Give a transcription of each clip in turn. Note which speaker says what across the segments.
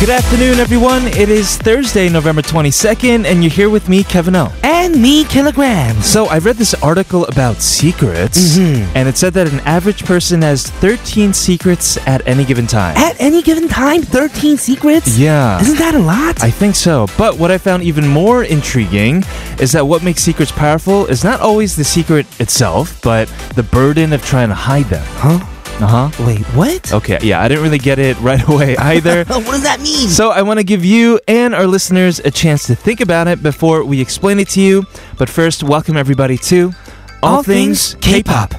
Speaker 1: Good afternoon, everyone. It is Thursday, November 22nd, and you're here with me, Kevin O.
Speaker 2: And me, kilograms.
Speaker 1: So, I read this article about secrets,
Speaker 2: Mm-hmm.
Speaker 1: and it said that an average person has 13 secrets at any given time.
Speaker 2: At any given time, 13 secrets?
Speaker 1: yeah.
Speaker 2: Isn't that a lot?
Speaker 1: I think so. But what I found even more intriguing is that what makes secrets powerful is not always the secret itself, but the burden of trying to hide them.
Speaker 2: huh?
Speaker 1: Uh huh.
Speaker 2: Wait, what?
Speaker 1: Okay, yeah, I didn't really get it right away either.
Speaker 2: Oh, what does that mean?
Speaker 1: So, I want to give you and our listeners a chance to think about it before we explain it to you. But first, welcome everybody to
Speaker 2: All Things K-Pop.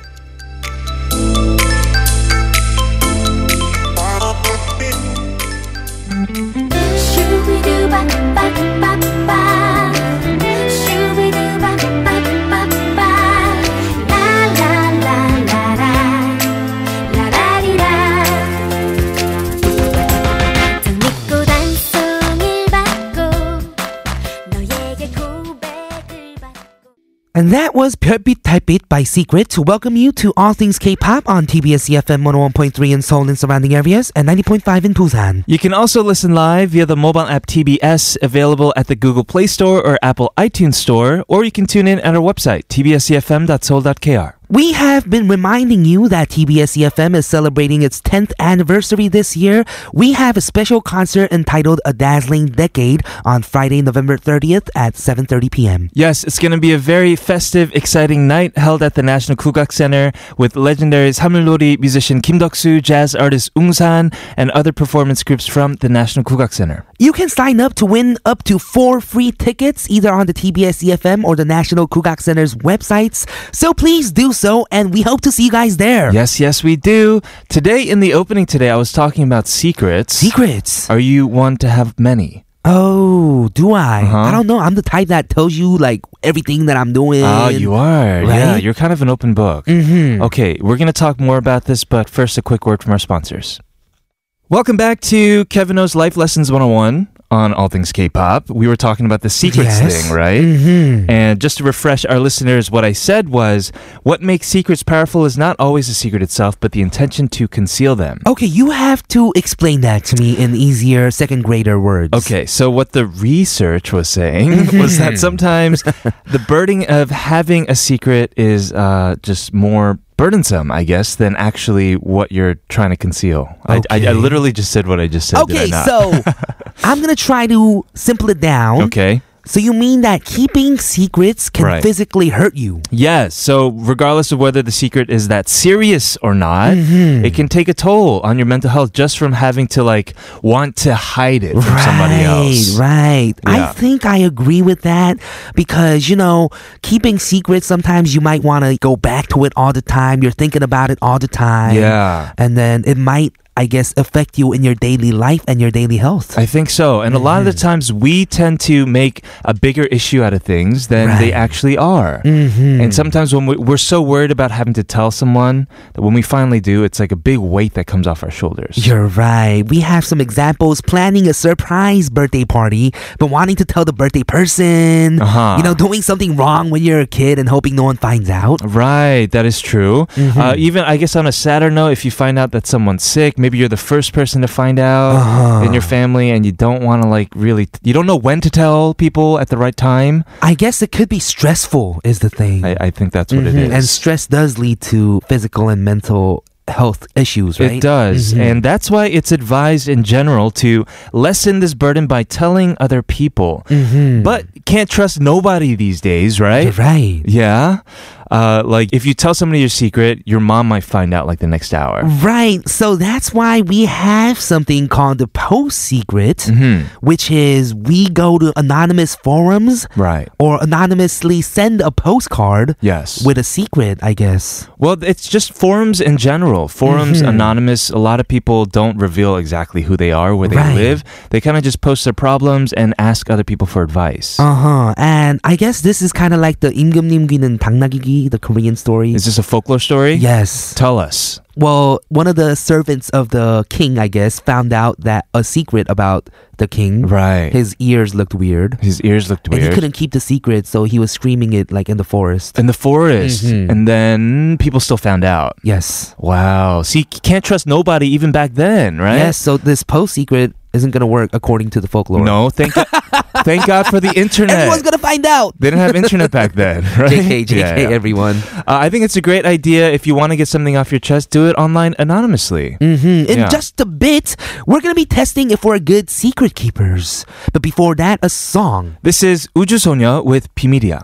Speaker 2: And that was Pyeorbit Typebit by Secret to welcome you to All Things K-Pop on TBS EFM 101.3 in Seoul and surrounding areas and 90.5 in Busan.
Speaker 1: You can also listen live via the mobile app TBS, available at the Google Play Store or Apple iTunes Store, or you can tune in at our website, tbscfm.soul.kr.
Speaker 2: We have been reminding you that TBS EFM E is celebrating its 10th anniversary this year. We have a special concert entitled A Dazzling Decade on Friday, November 30th at 7:30 p.m.
Speaker 1: Yes, it's going to be a very festive, exciting night held at the National Kugak Center with legendary Hamulori musician Kim Deok-soo, jazz artist Ung San, and other performance groups from the National Kugak Center.
Speaker 2: You can sign up to win up to 4 free tickets either on the TBS EFM E or the National Kugak Center's websites. So please do so and we hope to see you guys there.
Speaker 1: Yes, yes, we do. Today in the opening today, I was talking about secrets.
Speaker 2: Secrets.
Speaker 1: Are you one to have many?
Speaker 2: Oh, do I?
Speaker 1: Uh-huh.
Speaker 2: I don't know. I'm the type that tells you like everything that I'm doing.
Speaker 1: Oh, you are. Yeah,
Speaker 2: Right?
Speaker 1: you're kind of an open book.
Speaker 2: Mhm.
Speaker 1: Okay, we're going to talk more about this, but first, a quick word from our sponsors. Welcome back to Kevin O's Life Lessons 101 on All Things K pop. We were talking about the secrets
Speaker 2: Yes. Mm-hmm.
Speaker 1: thing, right? And just to refresh our listeners, what I said was what makes secrets powerful is not always the secret itself, but the intention to conceal them.
Speaker 2: Okay, you have to explain that to me in easier second grader words.
Speaker 1: Okay, so what the research was saying was that sometimes the burden of having a secret is uh, just more burdensome, I guess, than actually what you're trying to conceal. I, I, I
Speaker 2: Okay.
Speaker 1: literally just said what I just said. did I
Speaker 2: Okay,
Speaker 1: not?
Speaker 2: so I'm gonna try to simple it down.
Speaker 1: okay.
Speaker 2: So you mean that keeping secrets can
Speaker 1: Right.
Speaker 2: physically hurt you?
Speaker 1: Yes. So, regardless of whether the secret is that serious or not, it can take a toll on your mental health just from having to like want to hide it from somebody else.
Speaker 2: Right.
Speaker 1: Yeah.
Speaker 2: I think I agree with that because, you know, keeping secrets, sometimes you might want to go back to it all the time. You're thinking about it all the time.
Speaker 1: Yeah.
Speaker 2: And then it might, I guess, affect you in your daily life and your daily health.
Speaker 1: I think so. And a lot of the
Speaker 2: Mm-hmm.
Speaker 1: times we tend to make a bigger issue out of things than they actually are. Mm-hmm. And sometimes when we, we're so worried about having to tell someone that when we finally do, it's like a big weight that comes off our shoulders.
Speaker 2: You're right. We have some examples planning a surprise birthday party, but wanting to tell the birthday person,
Speaker 1: Uh-huh.
Speaker 2: you know, doing something wrong when you're a kid and hoping no one finds out.
Speaker 1: Right, that is true.
Speaker 2: Mm-hmm.
Speaker 1: Uh, even, I guess, on a sadder note, if you find out that someone's sick, maybe you're the first person to find out
Speaker 2: Uh-huh.
Speaker 1: in your family and you don't want to, like, really, you don't know when to tell people at the right time.
Speaker 2: I guess it could be stressful, is the thing.
Speaker 1: I, I think that's what it is.
Speaker 2: Mhm. And stress does lead to physical and mental health issues,
Speaker 1: It
Speaker 2: right? Mm-hmm.
Speaker 1: does. And that's why it's advised in general to lessen this burden by telling other people.
Speaker 2: Mm.
Speaker 1: But can't trust nobody these days,
Speaker 2: You're
Speaker 1: right?
Speaker 2: right.
Speaker 1: Yeah. Uh, like if you tell somebody your secret, your mom might find out like the next
Speaker 2: Mm.
Speaker 1: hour.
Speaker 2: Right. So that's why we have something called the post secret,
Speaker 1: Mm-hmm.
Speaker 2: which is we go to anonymous forums
Speaker 1: Right.
Speaker 2: or anonymously send a postcard
Speaker 1: Yes.
Speaker 2: with a secret, I guess.
Speaker 1: well, it's just forums in general. Forums
Speaker 2: Mm-hmm.
Speaker 1: anonymous. A lot of people don't reveal exactly who they are, where they
Speaker 2: Right.
Speaker 1: live. They kind of just post their problems and ask other people for advice.
Speaker 2: Uh huh. And I guess this is kind of like the 임금님 귀는 당나귀 귀, the Korean story.
Speaker 1: Is this a folklore story?
Speaker 2: yes.
Speaker 1: Tell us.
Speaker 2: well, one of the servants of the king, I guess, found out that a secret about the king.
Speaker 1: Right. His,
Speaker 2: His ears looked weird.
Speaker 1: ears looked
Speaker 2: And he
Speaker 1: weird.
Speaker 2: couldn't keep the secret, so he was screaming it like in the forest.
Speaker 1: in the forest.
Speaker 2: Mhm.
Speaker 1: And then people still found out.
Speaker 2: Yes.
Speaker 1: Wow. So you c- can't trust nobody even back then, right?
Speaker 2: Yes, so this post secret isn't going to work according to the folklore.
Speaker 1: No, thank God, thank God for the internet.
Speaker 2: Everyone's going to find out.
Speaker 1: they didn't have internet back then, right?
Speaker 2: JK, JK,
Speaker 1: Yeah, yeah.
Speaker 2: everyone.
Speaker 1: Uh, I think it's a great idea. If you want to get something off your chest, do it online anonymously.
Speaker 2: hmm
Speaker 1: Yeah.
Speaker 2: In just a bit, we're going to be testing if we're good secret keepers. But before that, a song.
Speaker 1: This is 우주소녀 with 비밀이야.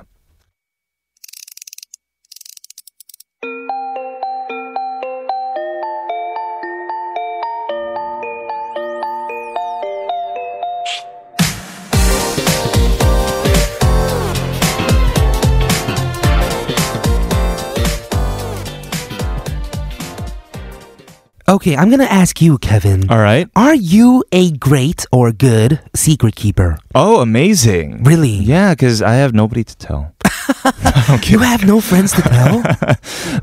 Speaker 2: Okay, I'm going to ask you, Kevin.
Speaker 1: All right.
Speaker 2: Are you a great or good secret keeper?
Speaker 1: Oh, amazing.
Speaker 2: Really?
Speaker 1: Yeah, because I have nobody to tell. I'm
Speaker 2: You
Speaker 1: kidding.
Speaker 2: have no friends to tell?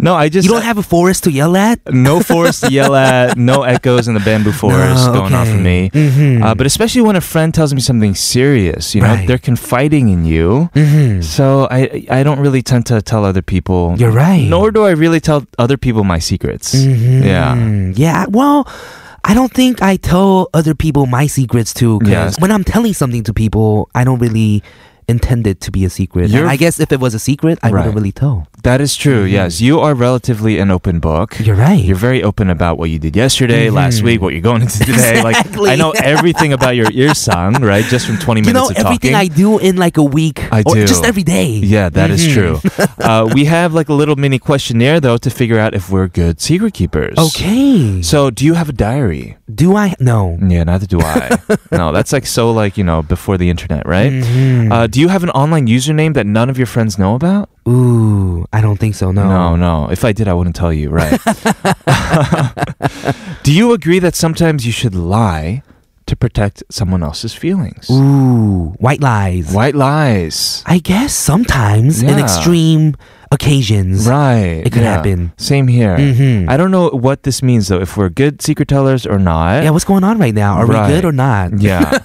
Speaker 1: No, I just
Speaker 2: you don't have a forest to yell at?
Speaker 1: no forest to yell at, no echoes in the bamboo forest
Speaker 2: No,
Speaker 1: going on for
Speaker 2: okay.
Speaker 1: me.
Speaker 2: Mhm.
Speaker 1: Uh, but especially when a friend tells me something serious, you know,
Speaker 2: Right.
Speaker 1: they're confiding in you.
Speaker 2: Mhm.
Speaker 1: So I I don't really tend to tell other people.
Speaker 2: You're right.
Speaker 1: Nor do I really tell other people my secrets.
Speaker 2: Mhm.
Speaker 1: Yeah.
Speaker 2: Yeah. Well, I don't think I tell other people my secrets too. Because
Speaker 1: Yes.
Speaker 2: when I'm telling something to people, I don't really intend it to be a secret. And
Speaker 1: You're-
Speaker 2: I guess if it was a secret, I
Speaker 1: Right.
Speaker 2: wouldn't really tell.
Speaker 1: That is true.
Speaker 2: Mhm.
Speaker 1: Yes, you are relatively an open book.
Speaker 2: You're right.
Speaker 1: You're very open about what you did yesterday, last
Speaker 2: Mhm.
Speaker 1: week, what you're going into today.
Speaker 2: Exactly.
Speaker 1: Like I know everything about your ear sound, right? Just from 20
Speaker 2: you
Speaker 1: minutes
Speaker 2: know
Speaker 1: of
Speaker 2: everything
Speaker 1: talking.
Speaker 2: I do in like a week.
Speaker 1: I
Speaker 2: or
Speaker 1: do.
Speaker 2: Just every day.
Speaker 1: yeah, that is
Speaker 2: Mhm.
Speaker 1: true. uh, we have like a little mini questionnaire though to figure out if we're good secret keepers.
Speaker 2: Okay.
Speaker 1: So, do you have a diary?
Speaker 2: do I? No.
Speaker 1: Yeah, neither do I. no, that's like so like you know before the internet, right?
Speaker 2: Mhm.
Speaker 1: Uh, do you have an online username that none of your friends know about?
Speaker 2: Ooh, I don't think so. No.
Speaker 1: Mm. No, no. If I did, I wouldn't tell you, right? Do you agree that sometimes you should lie to protect someone else's feelings?
Speaker 2: Ooh, white lies.
Speaker 1: White lies.
Speaker 2: I guess sometimes in
Speaker 1: Yeah.
Speaker 2: extreme occasions.
Speaker 1: Right.
Speaker 2: It could happen.
Speaker 1: Same here.
Speaker 2: Mhm.
Speaker 1: I don't know what this means, though, if we're good secret tellers or not.
Speaker 2: Yeah, what's going on right now? Are
Speaker 1: Right.
Speaker 2: we good or not?
Speaker 1: Yeah.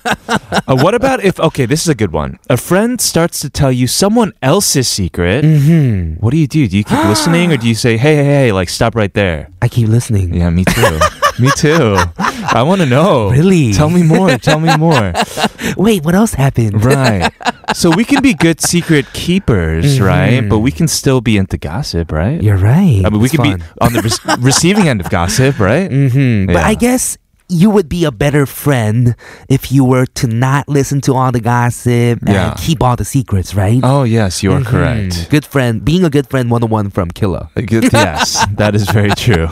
Speaker 1: Uh, what about if, okay, this is a good one. A friend starts to tell you someone else's secret.
Speaker 2: hmm
Speaker 1: What do you do? Do you keep listening or do you say, hey, hey, hey, like stop right there?
Speaker 2: I keep listening.
Speaker 1: Yeah, me too. me too. I want to know.
Speaker 2: Really?
Speaker 1: Tell me more. Tell me more.
Speaker 2: Wait, what else happened?
Speaker 1: right. So we can be good secret keepers, right? But we can still be into gossip, right?
Speaker 2: You're right.
Speaker 1: I mean, we could be on the re- receiving end of gossip, right?
Speaker 2: hmm But
Speaker 1: Yeah.
Speaker 2: I guess you would be a better friend if you were to not listen to all the gossip
Speaker 1: Yeah.
Speaker 2: and keep all the secrets, right?
Speaker 1: Oh, yes, you are
Speaker 2: Mhm.
Speaker 1: correct.
Speaker 2: Good friend, being a good friend 101 from Killa.
Speaker 1: Uh, good- yes, that is very true.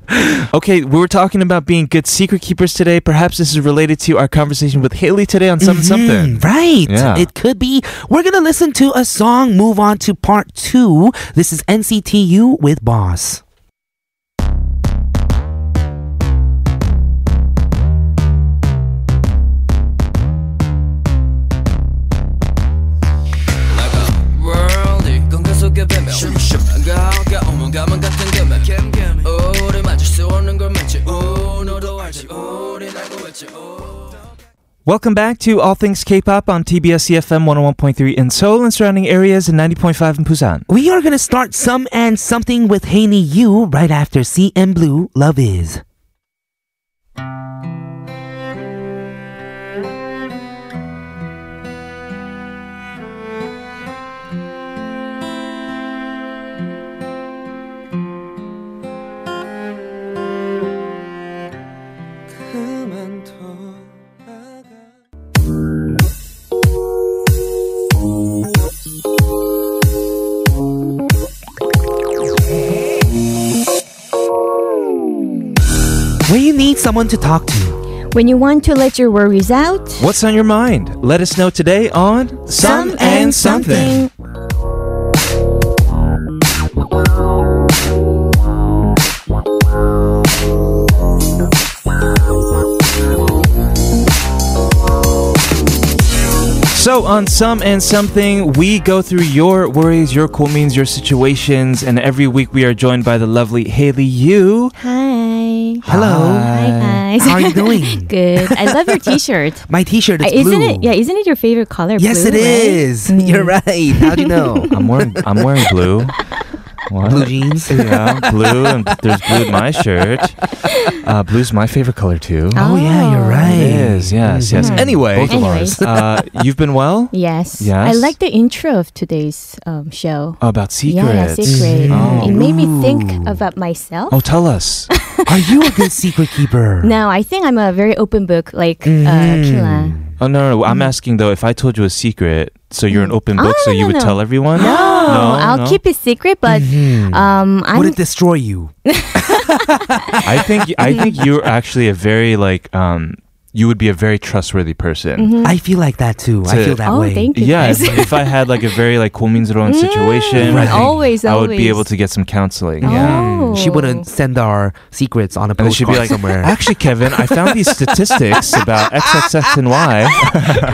Speaker 1: okay, we were talking about being good secret keepers today. Perhaps this is related to our conversation with Haley today on something something.
Speaker 2: Mhm, Right.
Speaker 1: Yeah.
Speaker 2: It could be. We're going to listen to a song, move on to part two. This is NCTU with Boss.
Speaker 3: 월드 공간 속에 배며 가가 오만가만 같은 금액 우리 맞을 수 없는 걸 맞지 오너도 알지 우린 알고 있지 오.
Speaker 1: Welcome back to All Things K-pop on TBS EFM 101.3 in Seoul and surrounding areas and 90.5 in Busan.
Speaker 2: We are going to start some and something with Haney You right after CM Blue Love Is. When you need someone to talk to.
Speaker 4: When you want to let your worries out,
Speaker 1: What's on your mind? Let us know today on So, on Some and Something, we go through your worries, your cool means, your situations, and every week we are joined by the lovely Haley Yu.
Speaker 4: Hi.
Speaker 2: Hello.
Speaker 4: Hi, guys.
Speaker 2: How are you doing?
Speaker 4: Good. I love your T-shirt.
Speaker 2: My T-shirt is
Speaker 4: Uh, isn't
Speaker 2: blue.
Speaker 4: it? Yeah, isn't it your favorite color?
Speaker 2: Yes,
Speaker 4: blue, Mm.
Speaker 2: it is. You're right. How'd you know?
Speaker 1: I'm wearing, I'm wearing blue. What?
Speaker 2: Blue jeans.
Speaker 1: Yeah, blue, and there's blue in my shirt. Uh, blue's my favorite color too.
Speaker 4: Oh.
Speaker 2: Oh yeah, you're right.
Speaker 1: It is, yes, yes.
Speaker 4: Mhm.
Speaker 1: Anyway,
Speaker 2: Both of ours.
Speaker 4: Anyways.
Speaker 1: uh, you've been well?
Speaker 4: Yes. I
Speaker 1: Yes.
Speaker 4: like the intro of today's um, show.
Speaker 1: Oh, about secrets.
Speaker 4: Yeah, yeah, secret.
Speaker 1: Oh.
Speaker 2: Mm.
Speaker 4: It made me
Speaker 2: Ooh.
Speaker 4: think about myself.
Speaker 1: Oh, tell us.
Speaker 2: Are you a good secret keeper?
Speaker 4: Now I think I'm a very open book, like uh,
Speaker 2: Mhm.
Speaker 4: Kila.
Speaker 1: Oh no, no, no. I'm asking though. If I told you a secret, so you're an open book,
Speaker 4: Ah,
Speaker 1: so
Speaker 4: no,
Speaker 1: you
Speaker 4: no,
Speaker 1: would
Speaker 4: no.
Speaker 1: tell everyone. No,
Speaker 4: Oh, I'll
Speaker 1: no.
Speaker 4: keep it secret, but
Speaker 2: Mhm.
Speaker 4: um, I'm
Speaker 2: Would it destroy you?
Speaker 1: I think I think you're actually a very like um, you would be a very trustworthy person.
Speaker 2: I feel like that too. I
Speaker 1: To-
Speaker 2: feel that
Speaker 4: Oh,
Speaker 2: way.
Speaker 4: thank you.
Speaker 1: Yeah,
Speaker 4: guys.
Speaker 1: if, if I had like a very like 고민스러운 situation, I,
Speaker 2: Right.
Speaker 1: think
Speaker 4: Mm, Always,
Speaker 1: I would be able
Speaker 4: always.
Speaker 1: to get some counseling.
Speaker 4: Oh.
Speaker 1: Yeah.
Speaker 2: She wouldn't send our secrets on a
Speaker 1: And then she'd
Speaker 2: postcard
Speaker 1: be like,
Speaker 2: somewhere.
Speaker 1: actually, Kevin, I found these statistics about XXX and Y.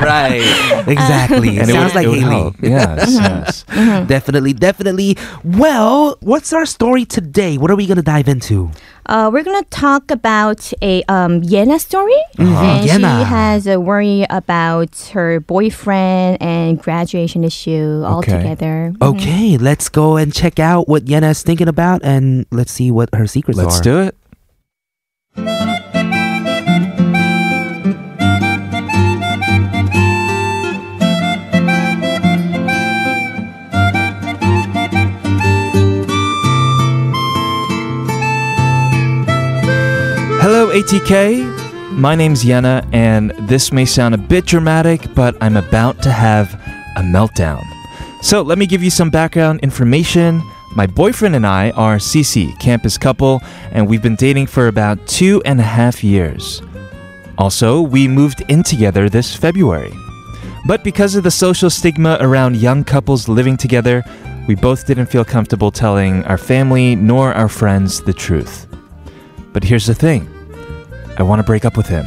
Speaker 2: right. Exactly.
Speaker 1: And
Speaker 2: Sounds like
Speaker 1: it would
Speaker 2: Haley.
Speaker 1: help. Yes,
Speaker 4: Uh-huh.
Speaker 1: yes.
Speaker 2: Definitely, definitely. Well, what's our story today? What are we gonna dive into?
Speaker 4: Uh, we're gonna talk about a um, Yena story, and
Speaker 2: Uh-huh. Yena.
Speaker 4: she has a worry about her boyfriend and graduation issue all
Speaker 1: Okay.
Speaker 4: together.
Speaker 2: Okay, let's go and check out what Yena's thinking about, and let's see what her secrets
Speaker 1: Let's
Speaker 2: are.
Speaker 1: do it. Hello, ATK. My name's Yenna, and this may sound a bit dramatic, but I'm about to have a meltdown. So, let me give you some background information. My boyfriend and I are CC, campus couple, and we've been dating for about two and a half years. Also, we moved in together this February. But because of the social stigma around young couples living together, we both didn't feel comfortable telling our family nor our friends the truth. But here's the thing I want to break up with him.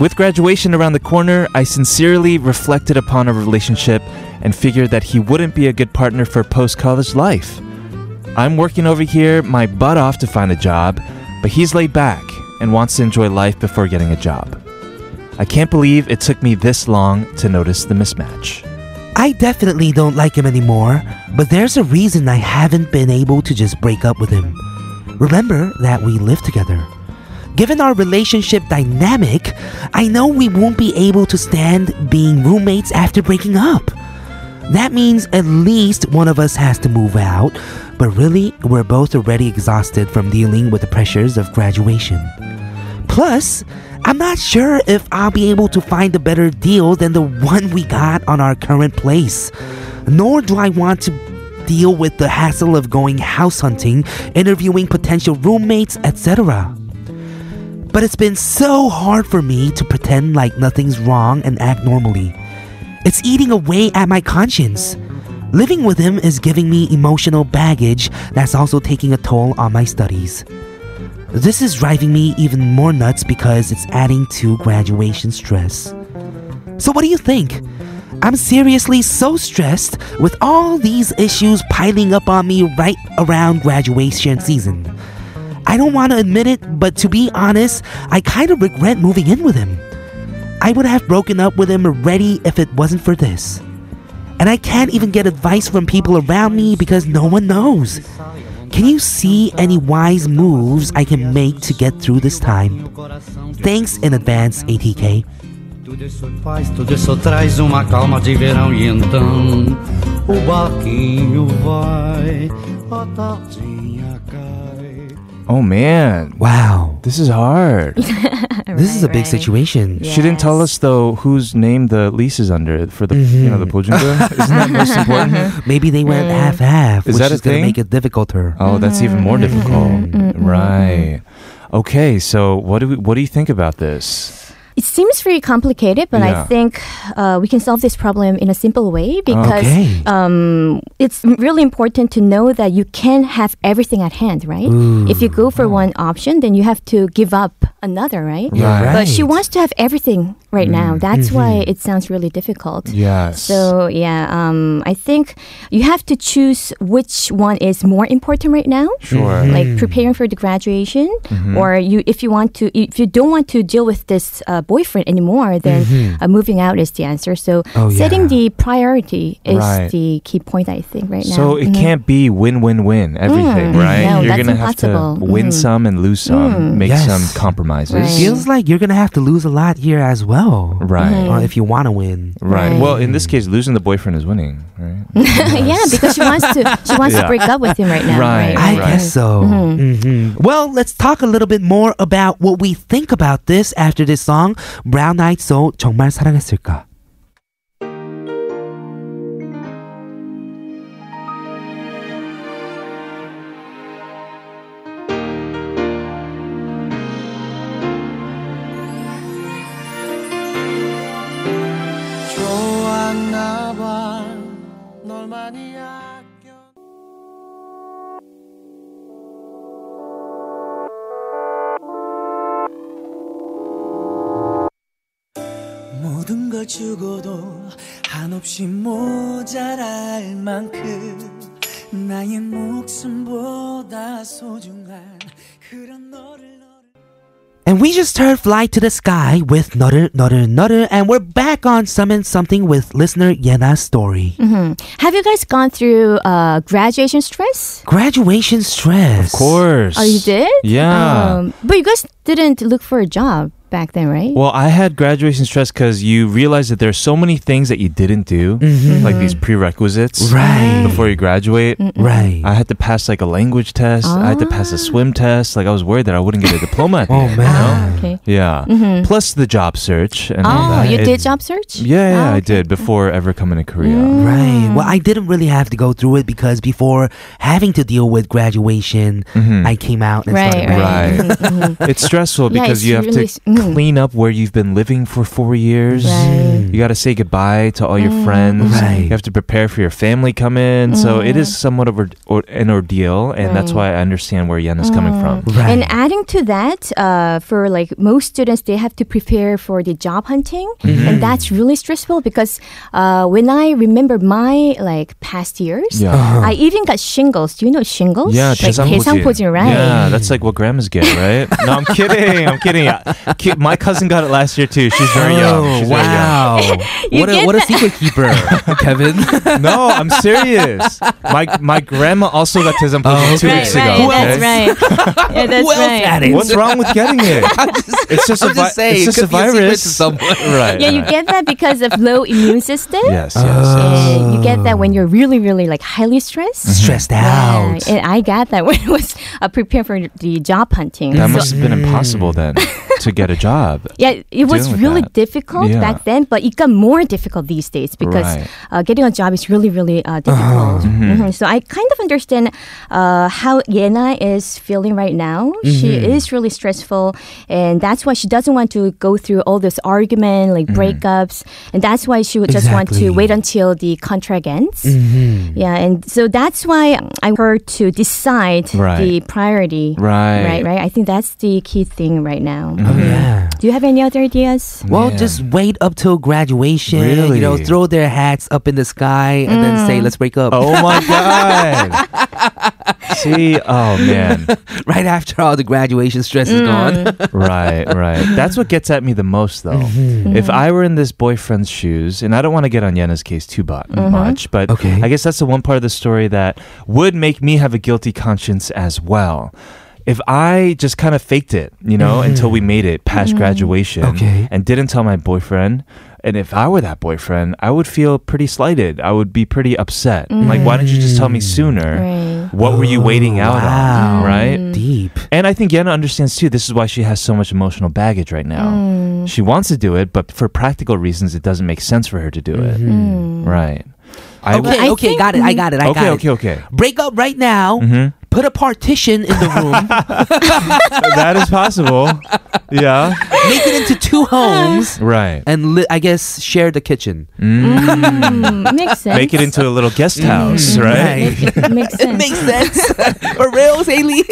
Speaker 1: With graduation around the corner, I sincerely reflected upon our relationship and figured that he wouldn't be a good partner for post college life. I'm working over here my butt off to find a job, but he's laid back and wants to enjoy life before getting a job. I can't believe it took me this long to notice the mismatch.
Speaker 2: I definitely don't like him anymore, but there's a reason I haven't been able to just break up with him. Remember that we live together. Given our relationship dynamic, I know we won't be able to stand being roommates after breaking up. That means at least one of us has to move out, but really, we're both already exhausted from dealing with the pressures of graduation. Plus, I'm not sure if I'll be able to find a better deal than the one we got on our current place. Nor do I want to deal with the hassle of going house hunting, interviewing potential roommates, etc. But it's been so hard for me to pretend like nothing's wrong and act normally. It's eating away at my conscience. Living with him is giving me emotional baggage that's also taking a toll on my studies. This is driving me even more nuts because it's adding to graduation stress. So, what do you think? I'm seriously so stressed with all these issues piling up on me right around graduation season. I don't want to admit it, but to be honest, I kind of regret moving in with him. I would have broken up with him already if it wasn't for this. And I can't even get advice from people around me because no one knows. Can you see any wise moves I can make to get through this time? Thanks in advance, ATK.
Speaker 5: Tudo isso faz, tudo isso traz uma calma de verão e então o barquinho vai, a tardinha cai.
Speaker 1: Oh man,
Speaker 2: Wow.
Speaker 1: this is hard.
Speaker 2: This is a big
Speaker 4: Mm-hmm. Right.
Speaker 2: situation.
Speaker 1: She didn't tell us
Speaker 4: Yes.
Speaker 1: though whose name the lease is under for the you know the Pojunga. Isn't that most important?
Speaker 2: Maybe they went half half,
Speaker 1: Is
Speaker 2: which
Speaker 1: that a
Speaker 2: is going to
Speaker 1: thing?
Speaker 2: make it difficulter.
Speaker 1: Oh, that's even more
Speaker 4: Mm-hmm.
Speaker 1: difficult. Right. Okay, so what do we, what do you think about this?
Speaker 4: It seems very complicated, but
Speaker 1: Yeah.
Speaker 4: I think uh, we can solve this problem in a simple way because
Speaker 2: Okay.
Speaker 4: um, it's really important to know that you can have everything at hand, right? If you go for
Speaker 2: Oh.
Speaker 4: one option, then you have to give up another, right?
Speaker 1: Yeah. Right.
Speaker 4: But she wants to have everything right now.
Speaker 2: Mm-hmm.
Speaker 4: That's why it sounds really difficult.
Speaker 1: Yes.
Speaker 4: So yeah, um, I think you have to choose which one is more important right now.
Speaker 1: Sure.
Speaker 2: Hmm.
Speaker 4: Like preparing for the graduation,
Speaker 1: Hmm.
Speaker 4: or you if you want to if you don't want to deal with this uh, boyfriend anymore, then
Speaker 1: Mm-hmm.
Speaker 4: uh, moving out is the answer. So
Speaker 2: Oh,
Speaker 4: setting
Speaker 2: yeah.
Speaker 4: the priority is
Speaker 1: Right.
Speaker 4: the key point I think right
Speaker 1: So
Speaker 4: now.
Speaker 1: it
Speaker 4: Mhm.
Speaker 1: can't be win-win-win everything,
Speaker 4: Mm,
Speaker 1: right?
Speaker 4: no,
Speaker 1: You're
Speaker 4: that's
Speaker 1: gonna have to
Speaker 4: impossible.
Speaker 1: win
Speaker 4: Mm.
Speaker 1: some and lose some, make
Speaker 2: Yes.
Speaker 1: some compromises.
Speaker 4: Right.
Speaker 2: Feels like you're gonna have to lose a lot here as well,
Speaker 1: Right.
Speaker 2: Uh,
Speaker 4: Mhm.
Speaker 2: if you want to win.
Speaker 1: Right.
Speaker 4: Right.
Speaker 1: Well, in this case, losing the boyfriend is winning, right?
Speaker 4: yeah, because she wants to she wants
Speaker 1: Yeah.
Speaker 4: to break up with him right now.
Speaker 1: Right,
Speaker 4: Right.
Speaker 2: I
Speaker 1: right.
Speaker 4: Mm-hmm.
Speaker 2: guess so. Mhm. Well, let's talk a little bit more about what we think about this after this song, Brown Eyed Soul. 정말 사랑했을까?
Speaker 5: 좋았나봐 널 많이 아껴
Speaker 6: 모든 걸 주고도 한없이 모자랄 만큼 나의 목숨보다 소중한 그런 너를 너를
Speaker 2: And we just heard Fly to the Sky with Nutter, Nutter, Nutter, and we're back on Summon Something with listener Yena's story.
Speaker 4: Mm-hmm. Have you guys gone through uh, graduation stress?
Speaker 2: Graduation stress.
Speaker 1: Of course.
Speaker 4: Oh, you did?
Speaker 1: Yeah.
Speaker 4: Um, but you guys didn't look for a job back then, right?
Speaker 1: Well, I had graduation stress because you realize that there's so many things that you didn't do, like these prerequisites
Speaker 2: Right.
Speaker 1: before you graduate.
Speaker 4: Mm-hmm.
Speaker 2: Right.
Speaker 1: I had to pass like a language test. I had to pass a swim
Speaker 4: Ah.
Speaker 1: test. Like I was worried that I wouldn't get a diploma. at the
Speaker 2: oh
Speaker 1: end, you know?
Speaker 2: man.
Speaker 4: okay.
Speaker 1: Yeah.
Speaker 4: Mm-hmm.
Speaker 1: Plus the job search and all
Speaker 4: Oh,
Speaker 1: that.
Speaker 4: you
Speaker 1: It-
Speaker 4: did job search?
Speaker 1: Yeah, yeah,
Speaker 4: Oh,
Speaker 1: I
Speaker 4: okay.
Speaker 1: did before ever coming to Korea.
Speaker 2: Right. Well, I didn't really have to go through it because before having to deal with graduation,
Speaker 1: Mm.
Speaker 4: Mm.
Speaker 2: I came out and
Speaker 4: Right,
Speaker 1: Right.
Speaker 2: started.
Speaker 4: right. Mhm, mhm.
Speaker 1: Mm-hmm. It's stressful
Speaker 4: Yeah,
Speaker 1: because
Speaker 4: it's
Speaker 1: you have to
Speaker 4: really s- mhm.
Speaker 1: clean up where you've been living for four years.
Speaker 2: Mm.
Speaker 4: Right. Mm.
Speaker 1: You got to say goodbye to all your friends.
Speaker 2: Right.
Speaker 1: You have to prepare for your family come in. So it
Speaker 4: Mm.
Speaker 1: is somewhat of a- or- an ordeal, and that's why I understand where Yen is coming from.
Speaker 2: Right.
Speaker 4: And adding to that, uh, for like most students, they have to prepare for the job hunting,
Speaker 1: Mm-hmm.
Speaker 4: and that's really stressful because uh, when I remember my like past years,
Speaker 1: Yeah.
Speaker 4: I even got shingles. Do you know shingles?
Speaker 1: Yeah,
Speaker 4: like 대상포진, right?
Speaker 1: Yeah, that's like what grandmas get, right? no, I'm kidding. I'm kidding. I- ki- My cousin got it last year too. She's very
Speaker 2: Oh,
Speaker 4: Oh,
Speaker 1: young. She's very young.
Speaker 7: wow.
Speaker 4: You
Speaker 7: what a
Speaker 4: get
Speaker 7: what a secret keeper, Kevin.
Speaker 1: No, I'm serious. My my grandma also got tesamposin two
Speaker 4: Oh, Right,
Speaker 1: weeks
Speaker 4: right,
Speaker 1: ago.
Speaker 4: that's
Speaker 1: okay?
Speaker 4: right. Yeah, that's
Speaker 7: Who else
Speaker 4: right.
Speaker 7: had it?
Speaker 1: What's wrong with getting it? it's just a
Speaker 7: I'm just
Speaker 1: vi-
Speaker 7: saying,
Speaker 1: it's just a
Speaker 7: it could be a secret
Speaker 1: virus.
Speaker 7: to someone.
Speaker 1: right.
Speaker 4: Yeah, you
Speaker 1: right.
Speaker 4: get Oh. that because of low immune system.
Speaker 1: Yes, yes. Oh.
Speaker 4: And you get that when you're really, really like highly stressed.
Speaker 2: Stressed
Speaker 4: Yeah,
Speaker 2: out.
Speaker 4: and I got that when I was uh, preparing for the job hunting.
Speaker 1: That
Speaker 4: So- Mm.
Speaker 1: must have been impossible then to get a job.
Speaker 4: yeah, it was
Speaker 1: dealing with
Speaker 4: really
Speaker 1: that.
Speaker 4: difficult
Speaker 1: Yeah.
Speaker 4: back then, but it got more difficult these days because
Speaker 1: Right. Uh-huh. Mm-hmm.
Speaker 4: uh, getting a job is really, really uh, difficult. Mhm. So I kind of understand uh, how Yena is feeling right now. She
Speaker 1: Mm-hmm.
Speaker 4: is really stressful, and that's why she doesn't want to go through all this argument,
Speaker 1: Mm-hmm.
Speaker 4: like breakups, and that's why she would just want
Speaker 2: Exactly.
Speaker 4: to wait until the contract ends.
Speaker 1: Mm-hmm.
Speaker 4: Yeah, and so that's why I her to decide
Speaker 1: Right.
Speaker 4: the priority.
Speaker 1: Right.
Speaker 4: Right, right. I think that's the key thing right now.
Speaker 2: Oh, Yeah.
Speaker 1: Mm-hmm.
Speaker 4: Do you have any other ideas?
Speaker 2: Well,
Speaker 1: Man.
Speaker 2: just wait up till graduation. You know,
Speaker 1: Really?
Speaker 2: throw their hats up in the sky and then
Speaker 4: Mm.
Speaker 2: say, "Let's break up."
Speaker 1: Oh my god. See, oh man.
Speaker 2: right after all the graduation stress
Speaker 4: Mm.
Speaker 2: is gone.
Speaker 1: Right, right. That's what gets at me the most though.
Speaker 2: Mm-hmm.
Speaker 1: If I were in this boyfriend's shoes, and I don't want to get on Yena's case too bo- much, but
Speaker 2: Mm-hmm. Okay.
Speaker 1: I guess that's the one part of the story that would make me have a guilty conscience as well. If I just kind of faked it, you know, until we made it past graduation
Speaker 2: Mm-hmm. Okay.
Speaker 1: and didn't tell my boyfriend, and if I were that boyfriend, I would feel pretty slighted. I would be pretty upset. Like, why didn't you just tell me sooner?
Speaker 4: Right.
Speaker 1: What were you waiting out
Speaker 2: Mm. Oh, wow.
Speaker 1: on?
Speaker 4: Mm.
Speaker 1: Right?
Speaker 2: Deep.
Speaker 1: And I think Yana understands too. This is why she has so much emotional baggage right now. She wants to do it, but for practical reasons, it doesn't make sense for her to do it.
Speaker 4: Mm-hmm. Hmm,
Speaker 1: Right. I
Speaker 2: Okay,
Speaker 4: Mm. I
Speaker 2: okay,
Speaker 4: think-
Speaker 2: got it. I got it. I
Speaker 1: okay,
Speaker 2: got
Speaker 1: okay,
Speaker 2: it.
Speaker 1: okay. Mm-hmm.
Speaker 2: Break up right now. Put a partition in the room.
Speaker 1: that is possible. yeah.
Speaker 2: make it into two
Speaker 4: Uh-huh.
Speaker 2: homes
Speaker 1: Right.
Speaker 2: and li- I guess share the kitchen.
Speaker 4: Mm, makes sense.
Speaker 1: Make it into a little guest house, right?
Speaker 4: It makes sense.
Speaker 2: Makes sense. For real, Haley.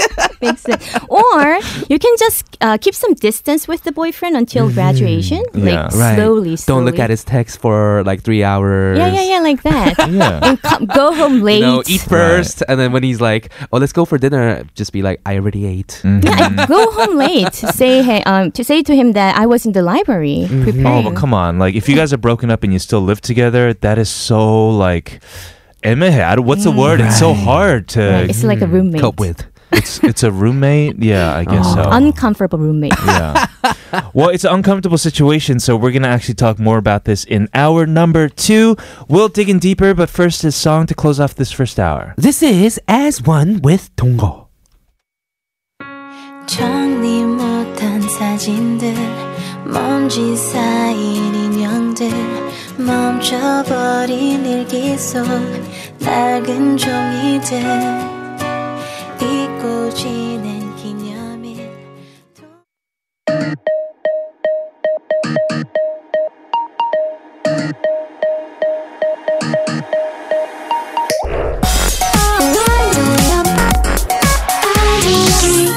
Speaker 4: makes sense. Or you can just uh, keep some distance with the boyfriend until graduation,
Speaker 1: Yeah.
Speaker 4: like
Speaker 1: Right.
Speaker 4: slowly, slowly.
Speaker 2: Don't look at his text for like three hours.
Speaker 4: Yeah, yeah, yeah, like that.
Speaker 1: Yeah.
Speaker 4: and come, go home late.
Speaker 2: No, eat first, and then when he's like, "Oh, let's go for dinner," just be like, "I already ate."
Speaker 1: Mm. Mm-hmm.
Speaker 4: Yeah, and go home late. Say hey, um, to say to him that I was in the library
Speaker 1: Oh,
Speaker 4: preparing.
Speaker 1: but come on. Like, if you guys are broken up and you still live together, that is so, like, 애매해. I don't, what's the word? It's so hard to.
Speaker 4: Right, It's like a roommate.
Speaker 2: Mm. Cope with.
Speaker 1: It's, it's a roommate. Yeah, I guess so.
Speaker 4: Uncomfortable roommate.
Speaker 1: yeah. Well, it's an uncomfortable situation, so we're going to actually talk more about this in hour number two. We'll dig in deeper, but first, this song to close off this first hour.
Speaker 2: This is as one with 동거.
Speaker 8: 정리 못한 사진들 먼지 쌓인 인형들 멈춰버린 일기 속 낡은 종이들 잊고 지낸 기념일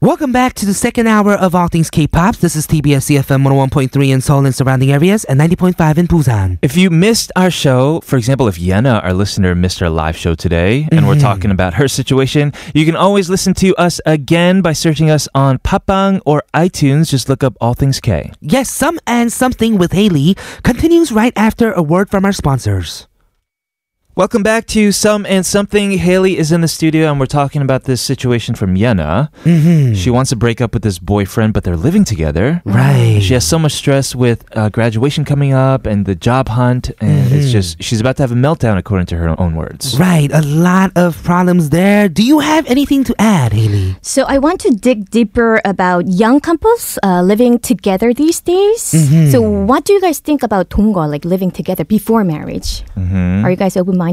Speaker 2: Welcome back to the second hour of All Things K-pop. This is TBS CFM 101.3 in Seoul and surrounding areas and 90.5 in Busan.
Speaker 1: If you missed our show, for example, if Yena, our listener, missed our live show today and
Speaker 9: Mm-hmm.
Speaker 1: we're talking about her situation, you can always listen to us again by searching us on Papang or iTunes. Just look up All Things K.
Speaker 2: Yes, some and something with Haley continues right after a word from our sponsors.
Speaker 1: Welcome back to Some and Something. Haley is in the studio and we're talking about this situation from Yena.
Speaker 2: Mm-hmm.
Speaker 1: She wants to break up with this boyfriend, but they're living together.
Speaker 2: Right.
Speaker 1: She has so much stress with uh, graduation coming up and the job hunt, and it's just she's about to have a meltdown, according to her own words.
Speaker 2: Right, a lot of problems there. Do you have anything to add, Haley?
Speaker 4: So I want to dig deeper about young couples uh, living together these days.
Speaker 1: Mm-hmm.
Speaker 4: So what do you guys think about 동거, like living together before marriage?
Speaker 1: Mm-hmm.
Speaker 4: Are you guys open-minded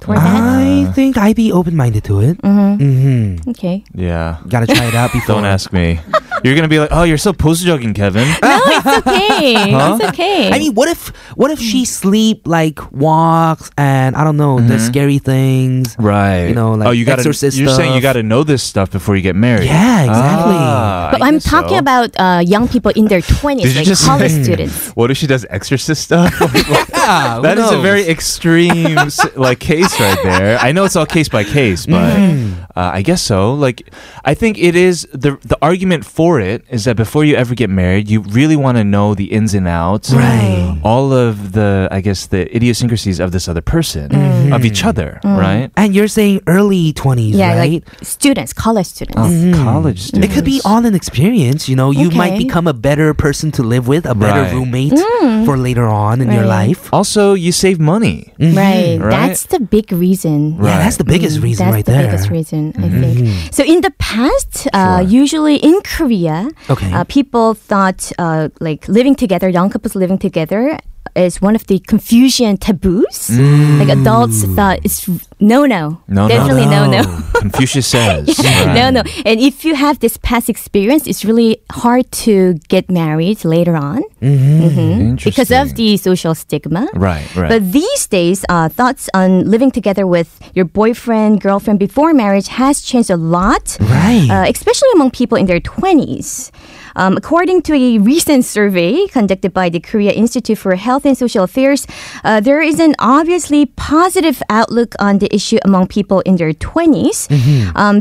Speaker 4: toward
Speaker 1: Uh-huh.
Speaker 4: that?
Speaker 2: I think I'd be open-minded to it.
Speaker 4: Okay.
Speaker 1: Yeah,
Speaker 2: Gotta try it out before.
Speaker 1: don't ask me. You're gonna be like, oh, you're so post-jogging, Kevin.
Speaker 4: No, it's okay.
Speaker 1: Huh?
Speaker 4: It's okay.
Speaker 2: I mean, what if what if she sleep like walks and I don't know
Speaker 1: Mm-hmm.
Speaker 2: the scary things?
Speaker 1: Right.
Speaker 2: You know, like
Speaker 1: oh, you gotta.
Speaker 2: exorcist
Speaker 1: you're saying you
Speaker 2: stuff.
Speaker 1: gotta know this stuff before you get married.
Speaker 2: Yeah, exactly.
Speaker 1: Ah,
Speaker 4: but
Speaker 1: I
Speaker 4: I'm
Speaker 1: guess
Speaker 4: talking
Speaker 1: so.
Speaker 4: about uh, young people in their 20s,
Speaker 1: Did you
Speaker 4: like
Speaker 1: just
Speaker 4: college
Speaker 1: say-
Speaker 4: students.
Speaker 1: What if she does exorcist stuff?
Speaker 2: Yeah,
Speaker 1: That is a very extreme s- like case right there. I know it's all case by case, but
Speaker 2: Mm-hmm.
Speaker 1: uh, I guess so. Like, I think it is the the argument for it is that before you ever get married, you really want to know the ins and outs,
Speaker 2: Right.
Speaker 1: All of the, I guess, the idiosyncrasies of this other person,
Speaker 2: Mm-hmm.
Speaker 1: of each other,
Speaker 4: Mm.
Speaker 1: right?
Speaker 2: And you're saying early 20s,
Speaker 4: Yeah,
Speaker 2: right?
Speaker 4: like students, college students.
Speaker 1: Of
Speaker 2: Mm.
Speaker 1: College students.
Speaker 2: it could be all an experience, you know. You might
Speaker 4: Okay. Mm.
Speaker 2: become a better person to live with, a better
Speaker 1: Right.
Speaker 2: roommate for later on in your
Speaker 4: Right.
Speaker 2: life.
Speaker 1: Also, you save money.
Speaker 4: Right.
Speaker 1: Mm-hmm. Right.
Speaker 4: That's the big reason.
Speaker 1: Right.
Speaker 2: Yeah, that's the biggest
Speaker 4: Mm,
Speaker 2: reason
Speaker 4: that's
Speaker 2: right
Speaker 4: the
Speaker 2: there. Mm-hmm.
Speaker 4: biggest reason, I think. So in the past, uh, usually in Korea,
Speaker 2: Okay.
Speaker 4: uh, people thought uh, like living together, young couples living together is one of the Confucian taboos.
Speaker 2: Mm.
Speaker 4: Like adults thought it's no, no,
Speaker 1: No, no,
Speaker 4: definitely no, no.
Speaker 1: Confucius says.
Speaker 4: No,
Speaker 1: right.
Speaker 4: no. And if you have this past experience, it's really hard to get married later on Mhm. because of
Speaker 1: Interesting.
Speaker 4: the social stigma.
Speaker 1: Right, right.
Speaker 4: But these days, uh, thoughts on living together with your boyfriend, girlfriend before marriage has changed a lot,
Speaker 2: Right.
Speaker 4: uh, especially among people in their 20s. Um, according to a recent survey conducted by the Korea Institute for Health and Social Affairs, uh, there is an obviously positive outlook on the issue among people in their 20s.
Speaker 2: Mm-hmm.
Speaker 4: Um,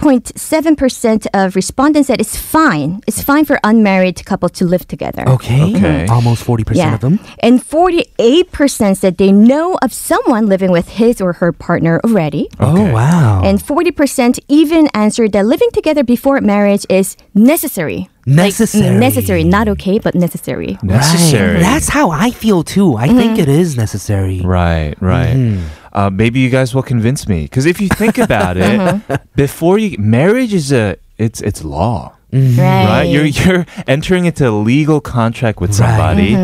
Speaker 4: 38.7% of respondents said it's fine. It's fine for unmarried couples to live together.
Speaker 2: okay.
Speaker 1: Okay.
Speaker 2: Almost 40% of them.
Speaker 4: And 48% said they know of someone living with his or her partner already.
Speaker 1: Okay.
Speaker 2: Oh, wow.
Speaker 4: And 40% even answered that living together before marriage is necessary. Like, mm,
Speaker 2: Necessary. Mm-hmm.
Speaker 4: necessary. Not okay, but necessary.
Speaker 2: Right.
Speaker 1: necessary.
Speaker 4: Mm-hmm.
Speaker 2: That's how I feel too. I think it is necessary.
Speaker 1: Right, right. uh, maybe you guys will convince me. Because if you think about it, before you marriage is a it's it's law.
Speaker 4: Right.
Speaker 1: Right, you're you're entering into a legal contract with somebody,